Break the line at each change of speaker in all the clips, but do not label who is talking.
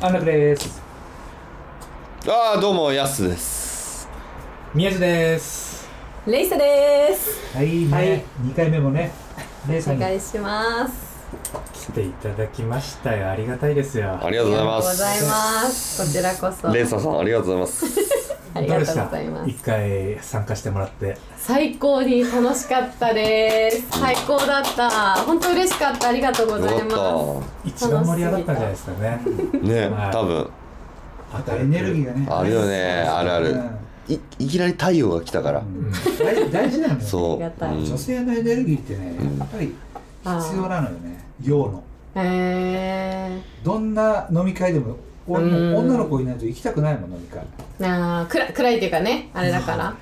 安楽です
ああどうもやすです
宮地です
レイサです。
はいね、
はい
二回目もねレイさ
お
んに
願いします。
来ていただきましたよありがたいですよ
あり
あ
がとうございま
りがとうござい
す
ます。こちらこそ。
レイサさんありがとうございます
あり
ど
が
うで
とう
し
ご
た
ざいます。
一回参加してもらって
最高に楽しかったです。最高だった。本当嬉しかった。ありがとうござい
よ
ま
か
一番盛り上がったんじゃないですかね
ったね
はい
多分
あ
エネルギーがね
あるよねあるあるいいきなり太陽が来たから
うん大大事なのよ
そ
あ
う
りがたい
うん
女性のエネルギーってねやっぱり必要なのよね陽の
す。え
どんな飲み会でも俺
うん
も女の子いないと行きたくないもん飲み会
ー、なあ暗暗いっていうかねあれだから。あ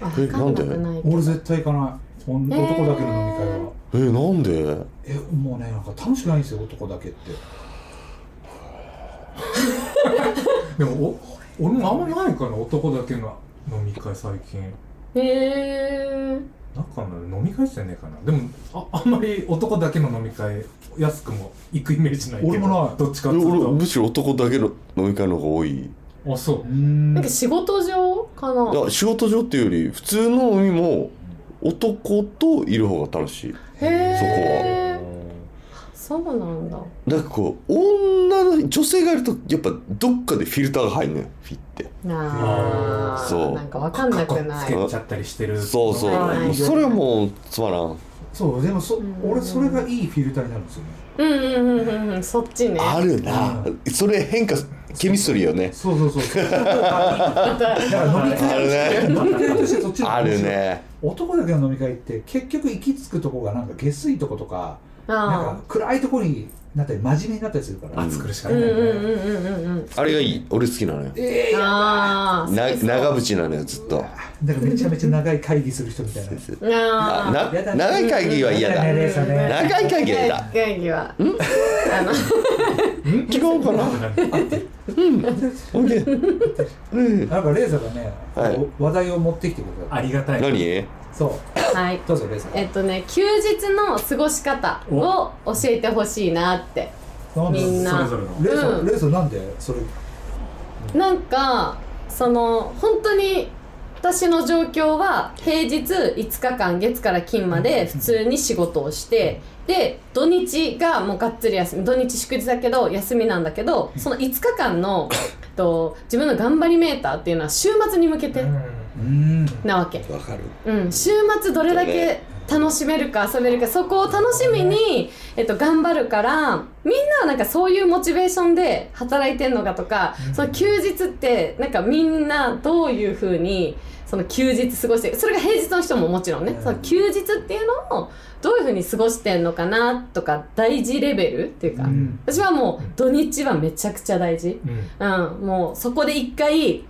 え
分かんなく
な
ないけど。
俺絶対行かないおん
えー
男だけの飲み会は
えなんで
えもうねなんか楽しくないんですよ男だけって
でもお俺もあんまないから男だけの飲み会最近
え
なんかの飲み会じゃねえかなでもああんまり男だけの飲み会安くも行くイメージないけど
俺もない
どっち
え
かっていう
俺
と
むしろ男だけの飲み会の方が多いい
あそう
うーん
なんか仕事上かな。
や仕事上っていうより普通の飲みも男といる方が楽しい
へえ
う。
そうなんだ。
なんかこう女の女性がいるとやっぱどっかでフィルターが入るのよフィって
なあ。
そう
なんかわかんなくな
つ
い。
けちゃったりしてる
そうそう、
はい
それはもうつまらん
そうでもそ
うん
俺それがいいフィルターになるんですよね
うんうんうんうんうんそっちね
あるな、それ変化ケミストリーよね
そうそうそうそうだ から飲み
ある
会
ね
飲み会としてそっちの方が
あ
面白
る
い
ね
男だけの飲み会って結局行き着くとこがなんか下水とことかなん
あ
か暗いとこになったり真面目になったりするから、
あ作るし
あ
か
う
なんい
うん
よね、
うんうんうんうん
あれがいい俺好きなのよ
ああ
な長渕なのよずっと
なんかめちゃめちゃ長い会議する人みたいな
あ
ああ
な長い会議は嫌だ
ねレーサーね
長い会議は嫌だ
会議はあの
違うかなオッケーうん
なんかレーザーがね、
はい
話題を持ってきてくれた
ありがたい
何
そう
はい
どうぞレーザー
えっとね休日の過ごし方を教えてほしいなって
なんで
みん
そ
な
れぞれの
レーザー、
うん
レーザーなんでそれ
なんかその本当に私の状況は平日5日間月から金まで普通に仕事をしてで土日がもうがっつり休み土日祝日だけど休みなんだけどその5日間のえっと自分の頑張りメーターっていうのは週末に向けて
うん
なわけ、
わかる
うん、週末どれだけ楽しめるか遊べるかそこを楽しみに、えっと、頑張るからみんなはなんかそういうモチベーションで働いてんのかとか、その休日ってなんかみんなどういうふうにその休日過ごしてそれが平日の人ももちろんね、
うん
その休日っていうのをどういうふうに過ごしてんのかなとか大事レベルっていうか、
うん
私はもう土日はめちゃくちゃ大事。
うん
うん、もうそこで一回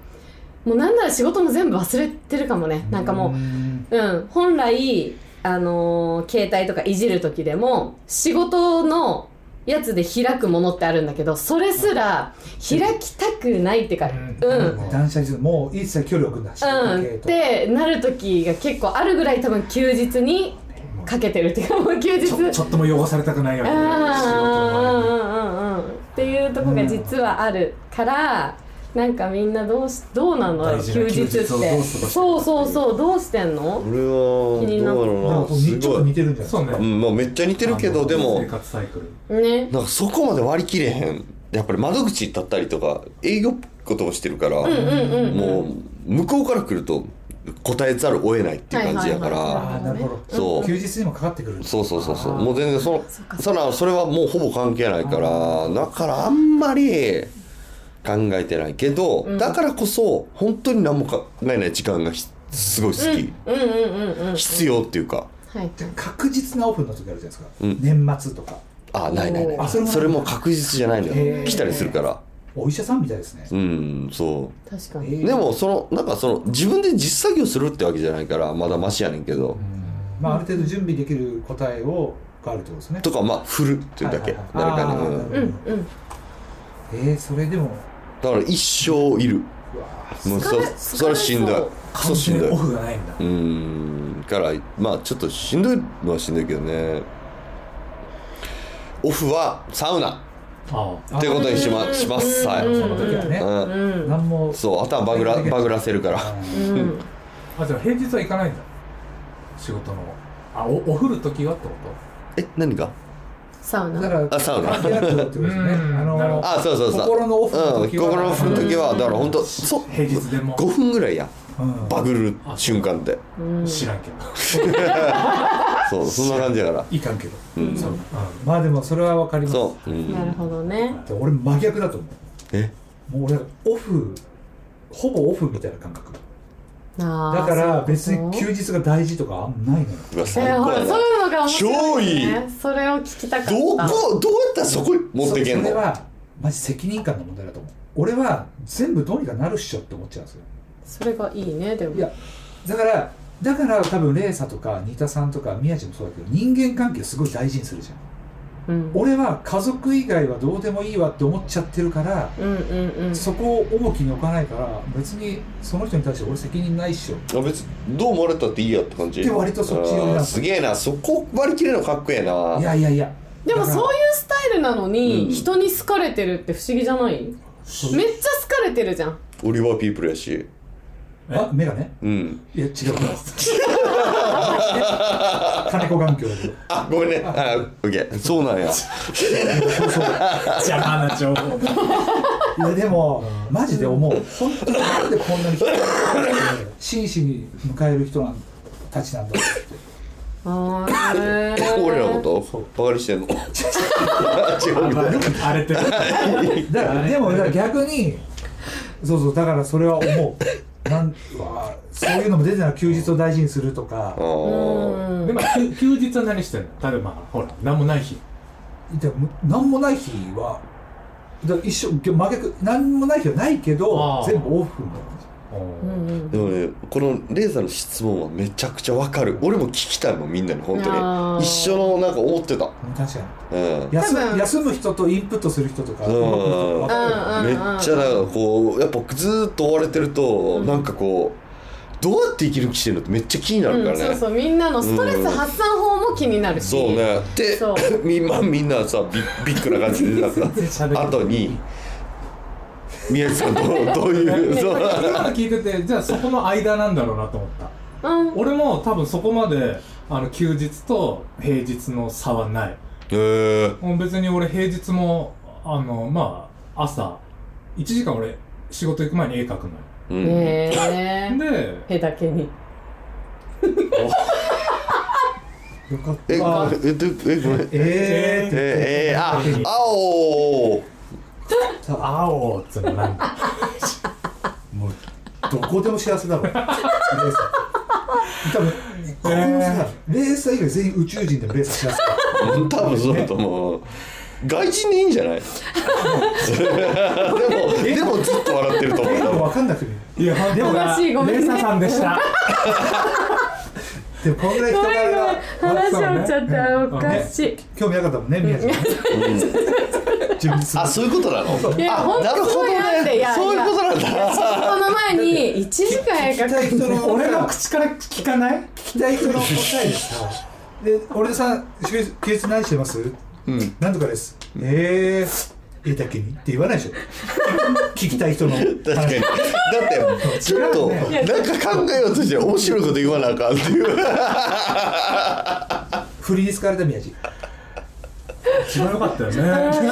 もうなんなら仕事も全部忘れてるかもねなんかも
うん
う、うん、本来、あのー携帯とかいじる時でも仕事のやつで開くものってあるんだけどそれすら開きたくないっていうかう
うん
ん。
断捨離するもう一切距離を置くんだし、
うん、
時計
っ
と
てなる時が結構あるぐらい多分休日にかけてるっていうかもう休日
ちょちょっとも汚されたくないわけで仕事の
あーうんうんうんうんっていうとこが実はあるから、なんかみんなどうしどうなの
大事
休
な
日っ
休
て
日をどう過ごしてる
そうそうそうどうしてんの
俺は
気になっ
どうだ
だから
ろ
こ
う
う
なす
ちょっと
ご
似
い
てるんじゃない
前にそう
う
ね
んまあめっちゃ似てるけ
あ
ど
の
でも
生活サイクル
ね
なんかそこまで割り切れへんやっぱり窓口立ったりとか営業ことをしてるから、もう向こうから来ると答えざるを得ないっていう感じやから、
はいはいはい
ああなるほど
そう
休日にもかかってくる
そうそうそうそうもう全然そのそらそれはもうほぼ関係ないからだからあんまり考えてないけど、だからこそ本当に何も考えない時間がひすごい好き、
うんうんうんうんはい
必要っていうか
はい
確実なオフの時あるじゃないですか、
うん
年末とか
あないないない
あそれも
それも確実じゃないの
へ
よ
ー
来たりするから
お医者さんみたいですね、
うんそう
確か
え
に
ー
でもそのなんかその自分で実作業するってわけじゃないからまだマシやねんけど、
まあ、ある程度準備できる答えをがあるってことですね。
とかまあ振るっていうだけ、
はい
誰
はい
か
はい
に、う
あー
ん
うんうん
えー、それでも、
だから一生いる
うわー
もう
疲
そ
れ
それはしんどい
疲れそう
クソしんどい
オフがないんだ
うーんからまあちょっとしんどいのはしんどいけどねオフはサウナ
あ
っ
ってことにし
う
ま
ん
しますはい、
うん
その時はね、
う
うん
何も
ん、そう頭バグらバグらせるから
うん
うん
あじゃあ平日は行かないんだ仕事のあおお降る時はってこ
え何が
サウ
だ
ナ
から
あサウナ
関係なくってことですね
うんな
あ
るほ
の
ど
あそうそうそう
心のオフの
うん、
時は
心のオフの時はだから本当そう
と平日でも
5分ぐらいや
うん
バグる瞬間で
うん
知らんけど
そうそんな感じだから
いかんけど
うん
そう
まあでもそれはわかります
そう、うん、
なるほどね
で俺真逆だと思
え
うもう俺オフほぼオフみたいな感覚
あー
だから別
そういう
に
こと
休日が大事とかあんまないのよ
うわ
え
最
ー、ほ
高
ら
やな
そういうのが面白い、
超
ね、それを聞きたかった
どうどうどうやったらそこに持ってけん
そ
の
それはマジ責任感の問題だと思う俺は全部どうにかなるっしょって思っちゃうんですよ
それがいいねでも
いやだからだから多分レイサとか新田さんとか宮地もそうだけど人間関係すごい大事にするじゃん
うん、
俺は家族以外はどうでもいいわって思っちゃってるから
うんうんうん
そこを重きに置かないから別にその人に対して俺責任ないっしょ
あ別にどう思われたっていいやって感じ
で割とそっち寄りなん
あ
だ
ーすげえなそこ割り切れるのかっこええない
やいやいや
でも
だから
そういうスタイルなのに、
うん
人に好かれてるって不思議じゃないめっちゃ好かれてるじゃん
オリバーピープルやし
あメガネ
うん
いや違う金子環境だけど
あごめんねあオッケーそう なんや
邪魔な情 報
いやでも、マジで思う本当になんでこんなに人を真摯に迎える人なんたちなんだろうって
あー
俺らのことバカにしてんの 違うけど
荒れてる
だからでもだから逆にそうそうだからそれは思うなんうわあそういうのも出てない休日を大事にすると
あ
か
ー
うん
でも休休日は何してんの例えばほら何もない日
でも何もない日はだから一緒真逆何もない日はないけ
あ
ど
あ
全部オフみたいな感じ
うんうん
でもねこのレーザーの質問はめちゃくちゃわかる俺も聞きたいもんみんなに本
あ
当
ー
に一緒のなんか思ってた
うん確かに
うん
休
多分
む休む人とインプットする人とか
うん
動く人とか分かれる
うん
めっちゃだからこうやっぱずーっと追われてると、なんかこうどうやって生きる気してるのってめっちゃ気になるからね、
うん、そうそうみんなのストレス発散法も気になるし、
そうねで
そう
みんなみんなさビビッグな感じでなんか後に宮地さんどうどういうそう
今の聞いててじゃあそこの間なんだろうなと思った
うん
俺も多分そこまであの休日と平日の差はない
へえ
もう別に俺平日もあのまあ朝1時間俺仕事行く前に絵描くのよ
うん
ね
で
えへだけに
よかっ
え
た
えでえごめんえ
えー、
えー、あ青
青っつうのなんだ
もうどこでも幸せだろレーサー多分このさ、レーサー以外全員宇宙人でもレーサー幸せだ
うん多分そうだと思う外人でいいんじゃないでもでもずっと笑ってると思う多分
分かんなくて
いやでも
悲しいごめんね
レイサさんでした
でもこんぐらい
ご
人
めん
柄
ごめん話
が
し合っちゃった、お
ん
かしい、
興味なかったもんね宮地さん自分
あそういうことなの
いや
あ
本
なる
当
ほ
す
ど
ごいなってい
ね
や
そういうことなんだ
この前に1時間映画
聞きたい人の
俺の口から聞かない
聞きたい人の答えでさ で俺さ「休日休日何してます
うん
なんとかです」えーえだけにって言わないでしょ聞きたい人の話
確かにだってちょっと
違う
なんか考えようとして面白いこと言わなあかんっていう
振りに疲れた宮地
一番良かったよね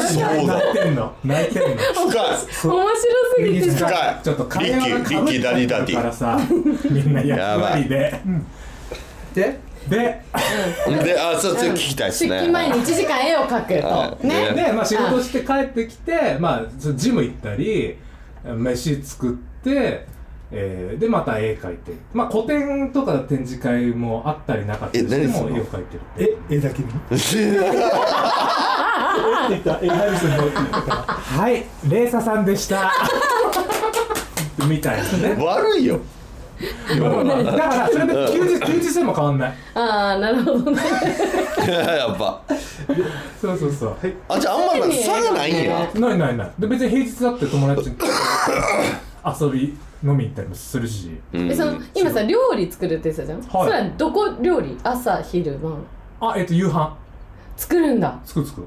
そうだ
泣いてんの泣いてんの
深い
面白すぎてさ
深い
ちょっと会話が
リッキーリッキーダデ
かぶって
ィダディ
るからさみんな役割で
で
で
であそうそれ聞きたいです
出
ね
勤前に1時間絵を描くと、
はい
ね
ね
で、まあ、仕事して帰ってきて、まあ、そうジム行ったり飯作って、えーでまた絵描いてまあ個展とか展示会もあったりなかったりして
え何す
も
るの
絵を描いてる
ええだけ にえだえハリソンの
はいレイサさんで した
みたいなね
悪いよ
だからそれで休日休日でも変わんない
ああなるほどね
やっぱ
そうそうそうはい
あじゃああんまり差がないんや
ないないないで別に平日だって友達と遊び飲み行ったりもするし
うん
えその今さ料理作るって言ってたじゃん、
はい
それはどこ料理朝昼晩
あえっと夕飯
作るんだ
つくつく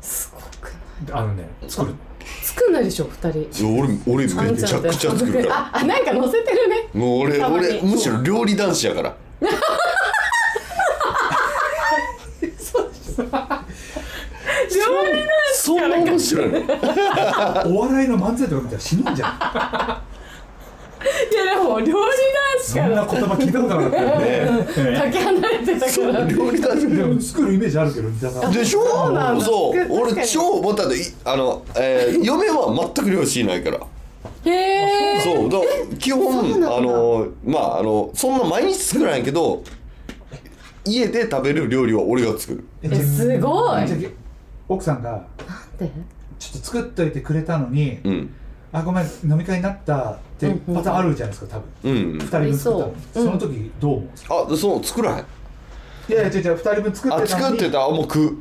すごくない
あのね作る
作んないでしょ二人
俺俺めちゃくちゃ作るから
ああなんか載せてるね
もう俺
たまに
俺むしろ料理男子やからそんな面白いの
お笑いの漫才とか見たら死ぬんじゃん
いやでも料理
そんな言葉聞いたことなかったよね。
ね
男子かけ離れてたか
そう
ら
料理男
で
子
も作るイメージあるけど三田さん
でしょ
うなんだ
そう
確かに
俺超思ったのいあの、えー嫁は全く料理しないから
へえ
そうだから基
そうなんだ
本あのまああのそんな毎日作らないけど家で食べる料理は俺が作る
えすごい
じゃあ奥さんがちょっと作っといてくれたのに、
うん
あごめん飲み会になったってパターンあるじゃないですか多分、
うん
二人分作ったの
ありそう
その時どう思う、
あそう作らへん
いやいや違う違う二人分作
あ
ってたの
作
に
ってたあもう食う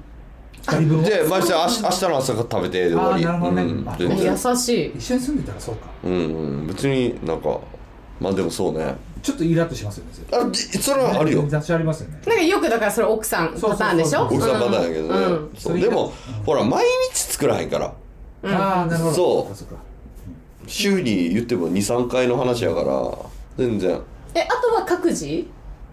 二人分を
で毎日明日明日の朝から食べてで終わり
あーなるほどね
うん
あ
全然
優しい
一緒に住んでたらそうか
うんうん別になんかまあでもそうね
ちょっとイラッとしますよね絶
あじそれ
対
はあるよ
雑誌ありますよね
なんかよくだからそれ奥さんパターンでしょ
そう
奥
そ
さんパターンやけどね、
うん
そう
うん
で
そ
もほら毎日作らへんから
ああなるほど
そう
そうかか
週に言っても23回の話やから全然
えあとは各自っ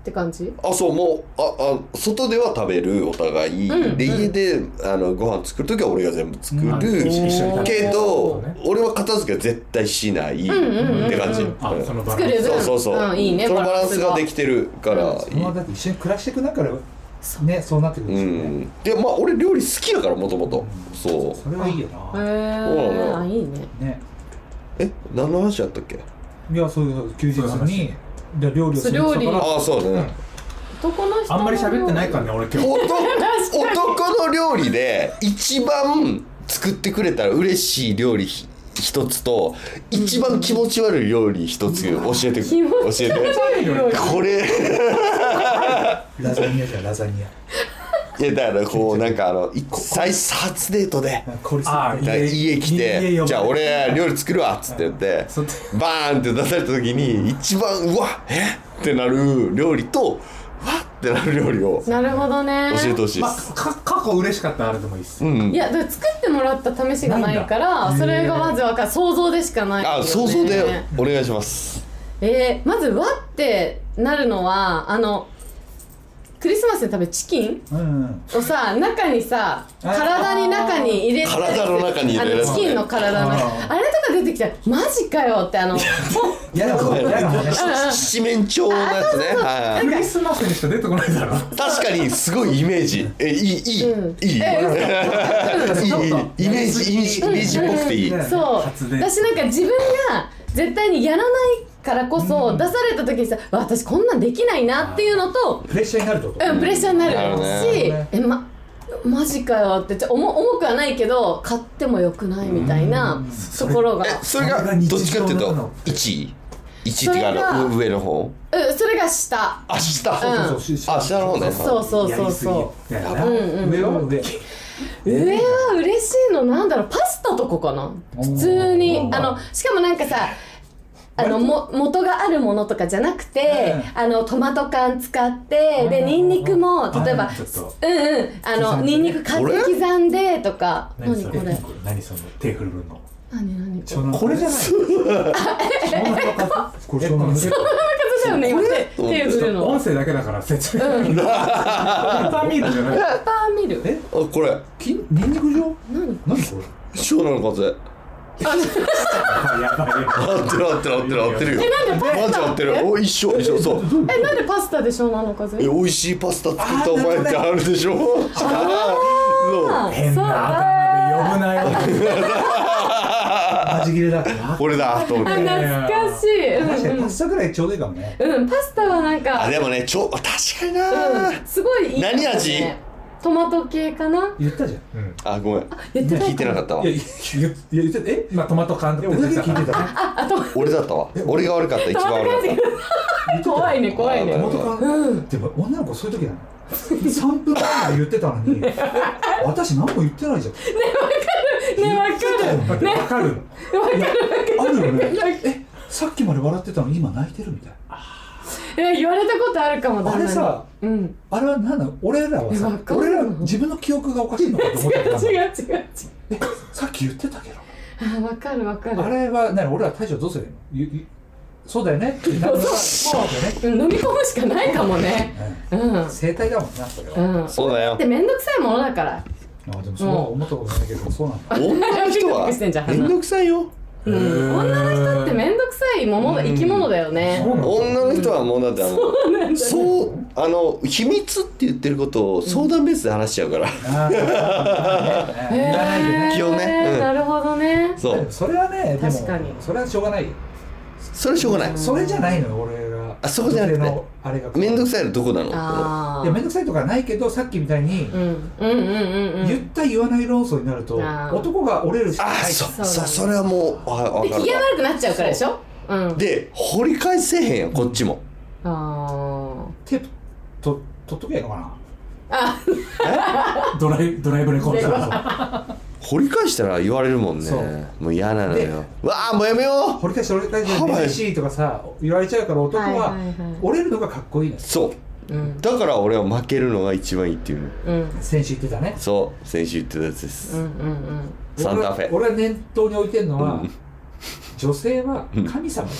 て感じ
あそうもうああ外では食べるお互い、
うん
で
うん
家であのご飯作る時は俺が全部作る、
うん
一緒に食べ
けど、
ね
俺は片付けは絶対しないって
んうんうん
感じ、
うん
あそのバ
作
ラン
る
ス
そう
分
そうそう、
んいいね
そのバランスがで
て
きてるからい
そ
い
のままだって一緒に暮らしていく中からねそうなってく
う
るんですよね、
んでまあ俺料理好きやからもともとそう
それはいい
へ
よな、
えあいいね
ね
え何の話やったっけ
いやそういう休日にで料理をする
そう料理
から
ああそうだね、
男の人
あんまり喋ってないから
ら
ね、俺 今日。
男男の料理で一番作ってくれたら嬉しい料理ひ一つと一番気持ち悪い料理一つ教えて
気持
教えてこれ
ラザニアじゃんラザニア
いやだからこうなんかあのい最初初デートで
なんか凝りす
あー
ぎて
だから家来
家
て
呼ばれて
「じゃあ俺料理作るわ」っつって言って
そっち
バーンって出された時に一番うわえってなる料理とわってなる料理を教
なるほどね
えてほしい
ま
で
あ
す、
か過去嬉しかったあれでもいいっす
うん
いやだから作ってもらった試しがないからそれがまずわかる想像でしかないよね
あ想像でお願いします
えーまず「わ」ってなるのはあのクリスマスで食べるチキン
うん
をさ中にさ
あー
体に中に入れて
体の中に入れる
あ
や
の
つ
チキンの体の中
あー
あれとか出てきたらマジかよってあの
嫌なこと嫌な話
七面鳥のやつねは
クリスマスにしか出てこないだろ
い確かにすごいイメージえいいいい、
うん
いいいいいいイ
え
メージイメージイメージっぽくていい、
うんうん
そう
発電
私なんか自分が絶対にやらないからこそ出された時にさわ私こんなんできないなっていうのと
プレッシャーになるってこ
う
と
ん、プレッシャーになる
なるね
し、
なるね
えまマジかよってちょ重重くはないけど買ってもよくないみたいなところが
えそれがどっちかっていうと1位1位っていうかあの上の方
うんそれが下
あ下、
うん
そうそう
あ下の方ね
そうそう
や
そう
りすぎ
そ
だよな上は上
う上は嬉しいのなんだろうパスタとかかな普通にあのしかもなんかさあのも元があるものとかじゃなくて、あのトマト缶使ってでニンニクも例えば
ちょっと
うんうんあの
刻んで
ニ
ね
ンニク買って刻んでとか
何
何
そ
こ
れ
れ
何その手振るの
何何これ
これじゃないこれその
そうだよね今手手振るの
音声だけだから説明がペッパーミルじゃない
ペッパーミル
え
あこれ
きニンニク状
何
何これ
小なの風
やばい
合ってる合ってる合ってる合ってるよマジ合ってるお一緒一緒そう
えなんでパスタで湘南の風
え
そう
美味しいパスタ作ったお前ってあるでしょ そう
変な頭で呼ぶなよ。
味切れだから
俺だと思って
あ懐かしい
確か
う
に
ん
パスタぐらいちょうどいいかもね
うん、うん、パスタはなん
あ
か
でもねちょ確かにな、
うんすごいいい、ね、
何味
トマト系かな
言ったじゃん
あごめん
言ってない
聞いてなかったわ
いや言ってえ
今トマト缶って
俺だけ
出てき
聞いてた
俺だったわ俺が悪かった一番悪かっ
怖いね怖い
あ
ね
ー
元カノでも女の子そういう時なの3分前まで言ってたの に私何も言ってないじゃん
ねわかる
たわかるの
あるよねえさっきまで笑ってたのに今泣いてるみたい
や言われたことあるかも旦那に
あれさ
うん
あれは何なの俺らは
えわ
さ
かんない
俺ら自分の記憶がおかしいのかと思っ
違
て
う
たんだ
違う違う違う
えさっき言ってたけど
あーわかるわかる
あれは何俺ら大将どうするのゆゆそうだよねってなるそうだよね
うん飲み込むしかないかもねうんうん
生態だもんなそれは
そうだよ
で面倒くさいものだから
あでもそうは思ったことないけどそうなん だ
女の人は
びっくりしてんじゃん
めんどくさいよ
うん女の人って面倒くさいもの生き物だよね
女の人はもうだってあのそうあの秘密って言ってることを相談ベースで話しちゃうから、
あ
へ
ーいらないよね
ー
気をねうん
なるほどね
そ
でも
う
それはねでも
確かに
それはしょうがないよ
それはしょうがない
それじゃないのよ俺が
あそこじゃなくて
女性のあれが
めんどく
さ
さいのどこなの
あ
いや
あ
めんどくさいとかないけどさっきみたいに
うんうんうんうんうん
言った言わない論争になると
あー
男が折れるしか
あ
ない
あそう
そう
そうそれはもうあ分
で
か
機
る
嫌
わ
悪くなっちゃうからでしょうん
で掘り返せへんよこっちも
あ
テープと取っとけばいいのかな
ドライドライブレコーダー
掘り返したら言われるもんね
そう
もう嫌なの
で
よわあもうやめよう
掘り返して折れ返し
ハワイ
て嬉しいとかさ言われちゃうから男は
はいはいはい
折れるのがかっこいいのよ
そう
あうん
だから俺は負けるのが一番いいっていうの
うん
先週言ってたね
そう先週言ってたやつで
う
す、
んうん
サンタフェ
俺は俺は念頭に置いてるのは
うん
女性は神様だ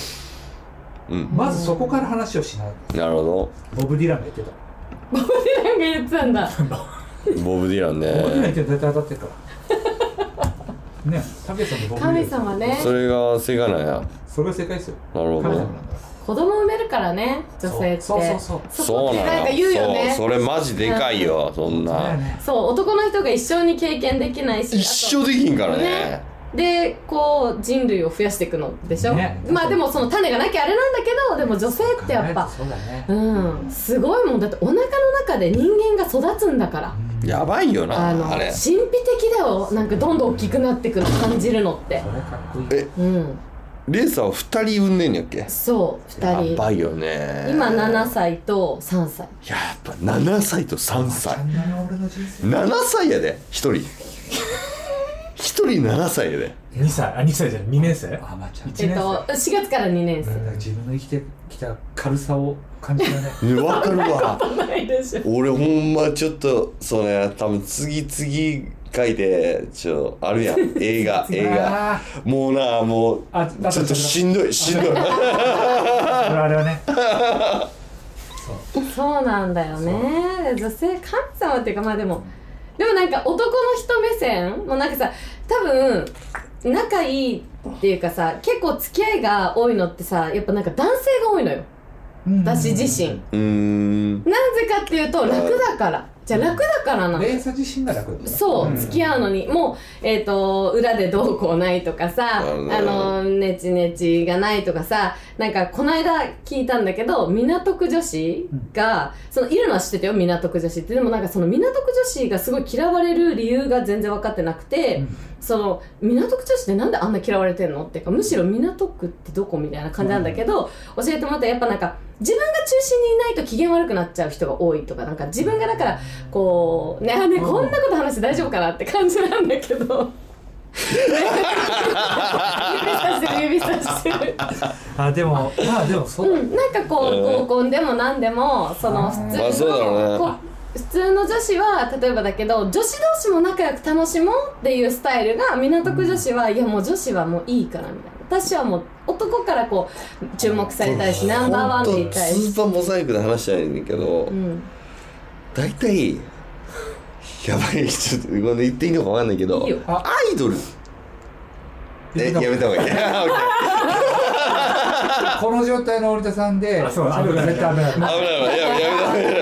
うん
まずそこから話をしない
なるほ
ボブ・ディランが言ってた
うんなんか言ってたんだ
どボブ・ディラン
ボブ・ディラン
ね
って絶対当たってるからね神様とボブ・ディラン
神様ね
それがセガなんやなる
それが正解ですよ
ほ
神
ど
様なんだか
子供産めるからね女性って
そうそうそう
そこってなんか言うよね
そうそれマジでかいよ、そん
らだ
な、
よね
そう男の人が一生に経験できないし
一生できんからね
ねでこう人類を増やしていくのでしょ、
ね
まあでもその種がなきゃあれなんだけどでも女性ってやっぱ
そうだね
うんすごいもんだってお腹の中で人間が育つんだから
やばいよな
あ
あ
の
れ
神秘的だよなんかどんどん大きくなっていくの感じるのって
それかっこいい
え
うん
レーサーは2人産んでんやっけ
そう
や
2人
ばいよね
今
や
7
っ
歳と3歳
ぱ7歳と3歳
あんなの俺の人生
7歳やで1人1人7歳やで
2歳あ2歳じゃない2年生
あまちゃん
一
え
年
っ
生
と4月から2年生
自分の生きてきた軽さを感じたね
ねわかるわ
ないでしょ
俺ほんまちょっとそうね多分次々回でちょあるやん映画映画
あ
もうなもう
ああ
ちょっとしんどいしんどい
ーあれあれはね
そうなんだよね女性神様っていうかまあでもでもなんか男の人目線もうなんかさ多分仲いいっていうかさ結構付き合いが多いのってさやっぱなんか男性が多いのよ私自身
うーん
なぜかっていうと楽だからじゃあ楽だからなの
連鎖自身が楽だった
そう、
ん
付き合うのにもう、えっと裏でどうこうないとか
な
さ
るほど
あのネチネチがないとかさなんかこの間聞いたんだけど港区女子が、そのいるのは知ってたよ港区女子ってでもなんかその港区女子がすごい嫌われる理由が全然分かってなくて、
うん
その港区女子ってなんであんな嫌われてんのっていうかむしろ港区ってどこみたいな感じなんだけど、教えてもらったらやっぱなんか自分が中心にいないと機嫌悪くなっちゃう人が多いとかなんか自分がだからこうねあねこんなこと話して大丈夫かなって感じなんだけど指さしてる指さしてる
あでもまあでもそう
うん、なんかこう、
えー
合コンでも何でもその
あ
普
ー
通の、
まあそうだろうね
こう普通の女子は例えばだけど女子同士も仲良く楽しもうっていうスタイルが港区女子は、いやもう女子はもういいからみたいな私はもう男からこう注目されたいしナンバーワンでいたい
ほんと
し、
スーパーモザイクで話したいんだけど、
うん、
大体やばいちょっとこれ言っていいのかわかんないけど
いいよ
アイドルえやめ
やめ
た
た
方がいい オッケー
この状態の折田さんで
あそう
喋るの絶対危ない
危ない危ないやめやめ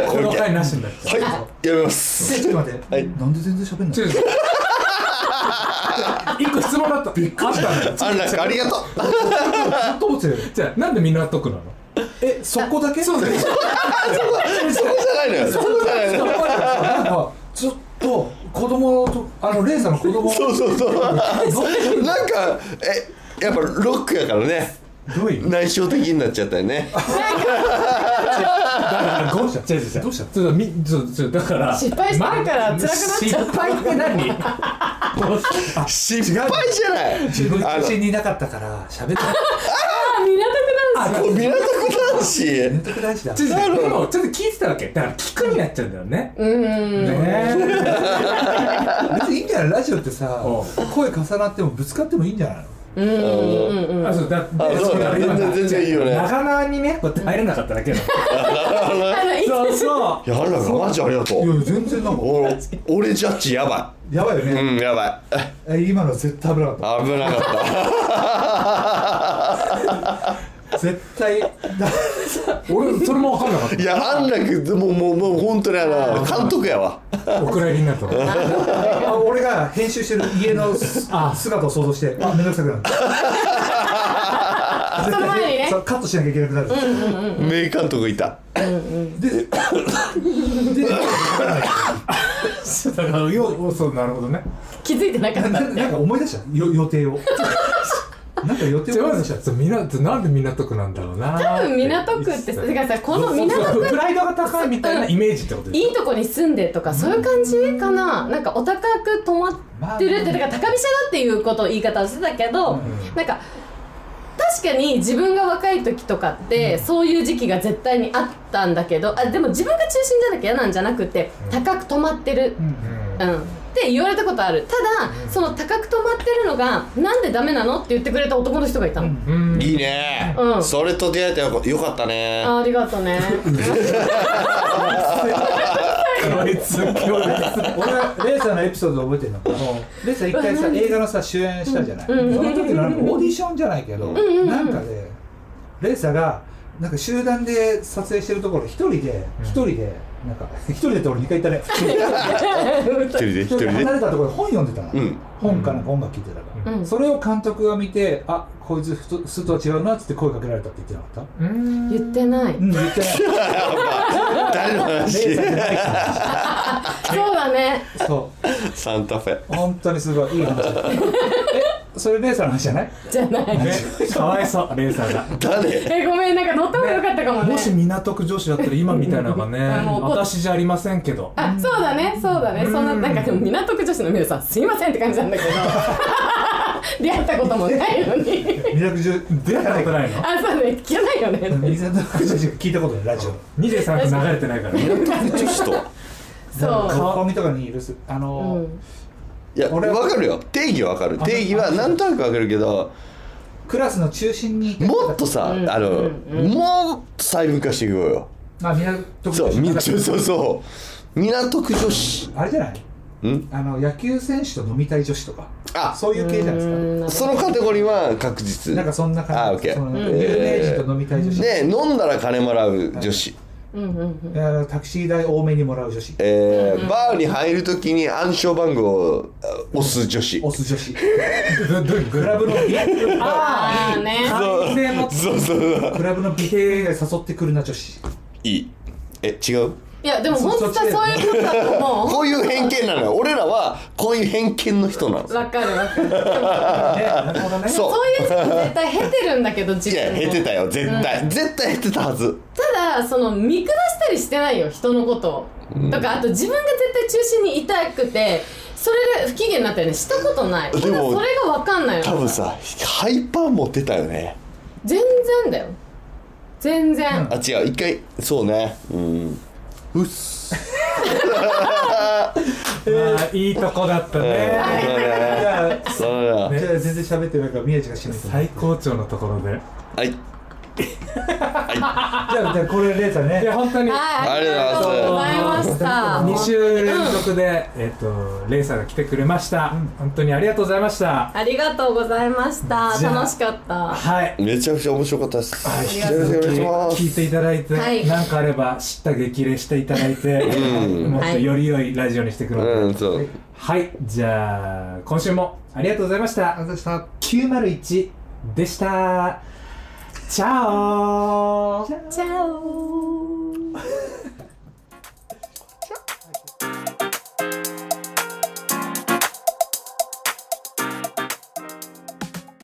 た
こ
方
の
がいいオッケー
回なしになっちゃ
はいやめます
ちょっと待って、
はい
なんで全然喋んない
違う違う一個質問だったびっくりした
あんなありがとう
ずっと思ってる
じゃあなんで港区なの
えそこだけそうだよ
そこじゃないのよそこじゃないのよ
なんかずっと子供のとあのレイさんの子供
そうそうそう
ど
なんかえやっぱロックやからね
どういう
内省的になっちゃったよね
どうした
違う違う違う
どうした
ちょっとみちょっとちょっとだから
失敗してるから辛くなっちゃう
失敗って何
失敗じゃない
自分
あの
自身にいなかったから喋ってない
あ港区なんです
港区男しい
ネ。タク男子だ
ちょっとでもちょっと聞いてたわけだから聞くになっちゃうんだよね
うーん
ね
別にいいんじゃないラジオってさ
おう
声重なってもぶつかってもいいんじゃないの
うんうんうんうん
あそうだって
あそうだ
から今
全然全然いいよね
長縄にねこうやって入れなかっただけ なのそうそ
いや、原田君、マジありがと。
いうや全然なんか
俺、俺ジャッジやば
やばいよ
い。う
ね、
ん、やばい。
え今の絶対危なかっ
危なかった。
た絶対だ
い俺それも分かんなかっ
いや、安楽、もう、もう、もう、本当にあの、監督やわ。
たお蔵入りになったの
あ 俺が編集してる家のす
あ
姿を想像してあめんどくさ くなる
その前にね
そうカットしなきゃいけなくなる、
名監督いた。
でで
うだからよそうなるほどね
気づいてなかっ
な
た
なんか思い出したよ予 定をなんか予定
じ
を
ゃあ
思い
ま
出し
ず
た
そうみななんで港区なんだろうな
多分港区っててかさこの港
そうそう
区
プライドが高いみたいなイメージってことで
い
し
いとこに住んでとかそういう感じかななんかお高く泊まってるってだから高飛車だっていうことを言い方をしてたけど、なんか確かに自分が若い時とかってそういう時期が絶対にあったんだけどあでも自分が中心じゃなきゃ嫌なんじゃなくて高く泊まってる、うんって言われたことあるただその高く泊まってるのがなんでダメなのって言ってくれた男の人がいたの、
ょうん
いいね
う。ん
それと出会えてよかよかったね。
あありがとう ね
こいつ強烈
俺はレイさんのエピソード覚えてるのレイさん一回さ映画のさ主演したじゃない、
うん
その時のなんかオーディションじゃないけど、なんかでレイさんがなんか集団で撮影してるところ一人で一人でなんか一人でって俺二回言った
一
ね
人で、一人 で。
離れたところで本読んでたの、
うん
本かなんか音楽聴いてたから、
うん
それを監督が見てあこいつふとすとは違うなっつって声かけられたって言ってなかった
言ってない
うん言ってない
誰の
レイ
話
さんじゃないか
そうだね
らそう
サンタフェ。
本当にすごいいい話だったえそれレイさんの話じゃない
じゃない
ね かわいそうレーサーが
誰
えごめんなんか乗った方が良かったかもね
もし港区女子だったら今みたいなのがね
あもう
私じゃありませんけど
あそうだねそうだねそんななんかでも港区女子の皆さんすいませんって感じなんだけど出会ったこともないの に
210
出会ったことないの
あそうね聞けないよね
水戸聞いたことないラジオ
23区流れてないからね
女子とは。
そう
川上とかにいるすあ
う
のー
ん
いや、
俺は
わかるよ。定義わかる。定義はなんとなくわかるけど、
クラスの中心に
もっとさ、
うん
あの、
うん
もっと細分化していこうよ。
まあ港区
そう、み
女子
そうそうそう。港区女子。
あれじゃない
ん
あの野球選手と飲みたい女子とか
あ、
そういう系じゃないです
そのカテゴリーは確実。
かなんかそんな
あオ
感
ッ
じ
ケー
その有名人と飲みたい女子
ね飲んだら金もらう女子。
うんうんうん
だからタクシー代多めにもらう女子
えーバーに入るときに暗証番号を押す女子。
押す女子
どど
クラブのビ
ああね
男性の
そうそうそう。
クラブの美形が誘ってくるな女子
いい。え、違う
いやでも
そ
本当
そっちだ
そういうことだと思
こういう偏見なのよ。俺らは、こういう偏見の人なの
う。わかるわかる
ねなるほどね
そう
そういう時期絶対経てるんだけど
い
自
や、
分
減
も
ってたよ。絶対。絶対減ってたはず。
ただその見下したりしてないよ人のことを、とかあと自分が絶対中心にいたくてそれで不機嫌になったよねしたことない
でも
ただそれが分かんないの
多分さ、ハイパー持ってたよね。
全然だよ全然
あ、違う。一回、そうね。うん。う っす。
まあいいとこだった
え
ね
じ
ー
ゃあ
そうだね。
じゃあ全然喋ってないから宮地がしないと思う
最高潮のところで
はい。
じゃあじゃあこれレイさんね
いや本当に
はい
ありがとうござ
います
ありがと
2
うございました
週連続で、えっとレイサーが来てくれました、本当にありがとうございました
ありがとうございました
じゃあ
楽しかった
はい
めちゃくちゃ面白かったです。
はい
よろしくお願いします。
聞いていただいて、
はい
なんかあれば知った激励していただいて、
うん
もっとより良いラジオにしてくれるので、
うん、そう。
はい、じゃあ、今週もありがとうございました。ありがとうございました。901でした。チャオ
チャオ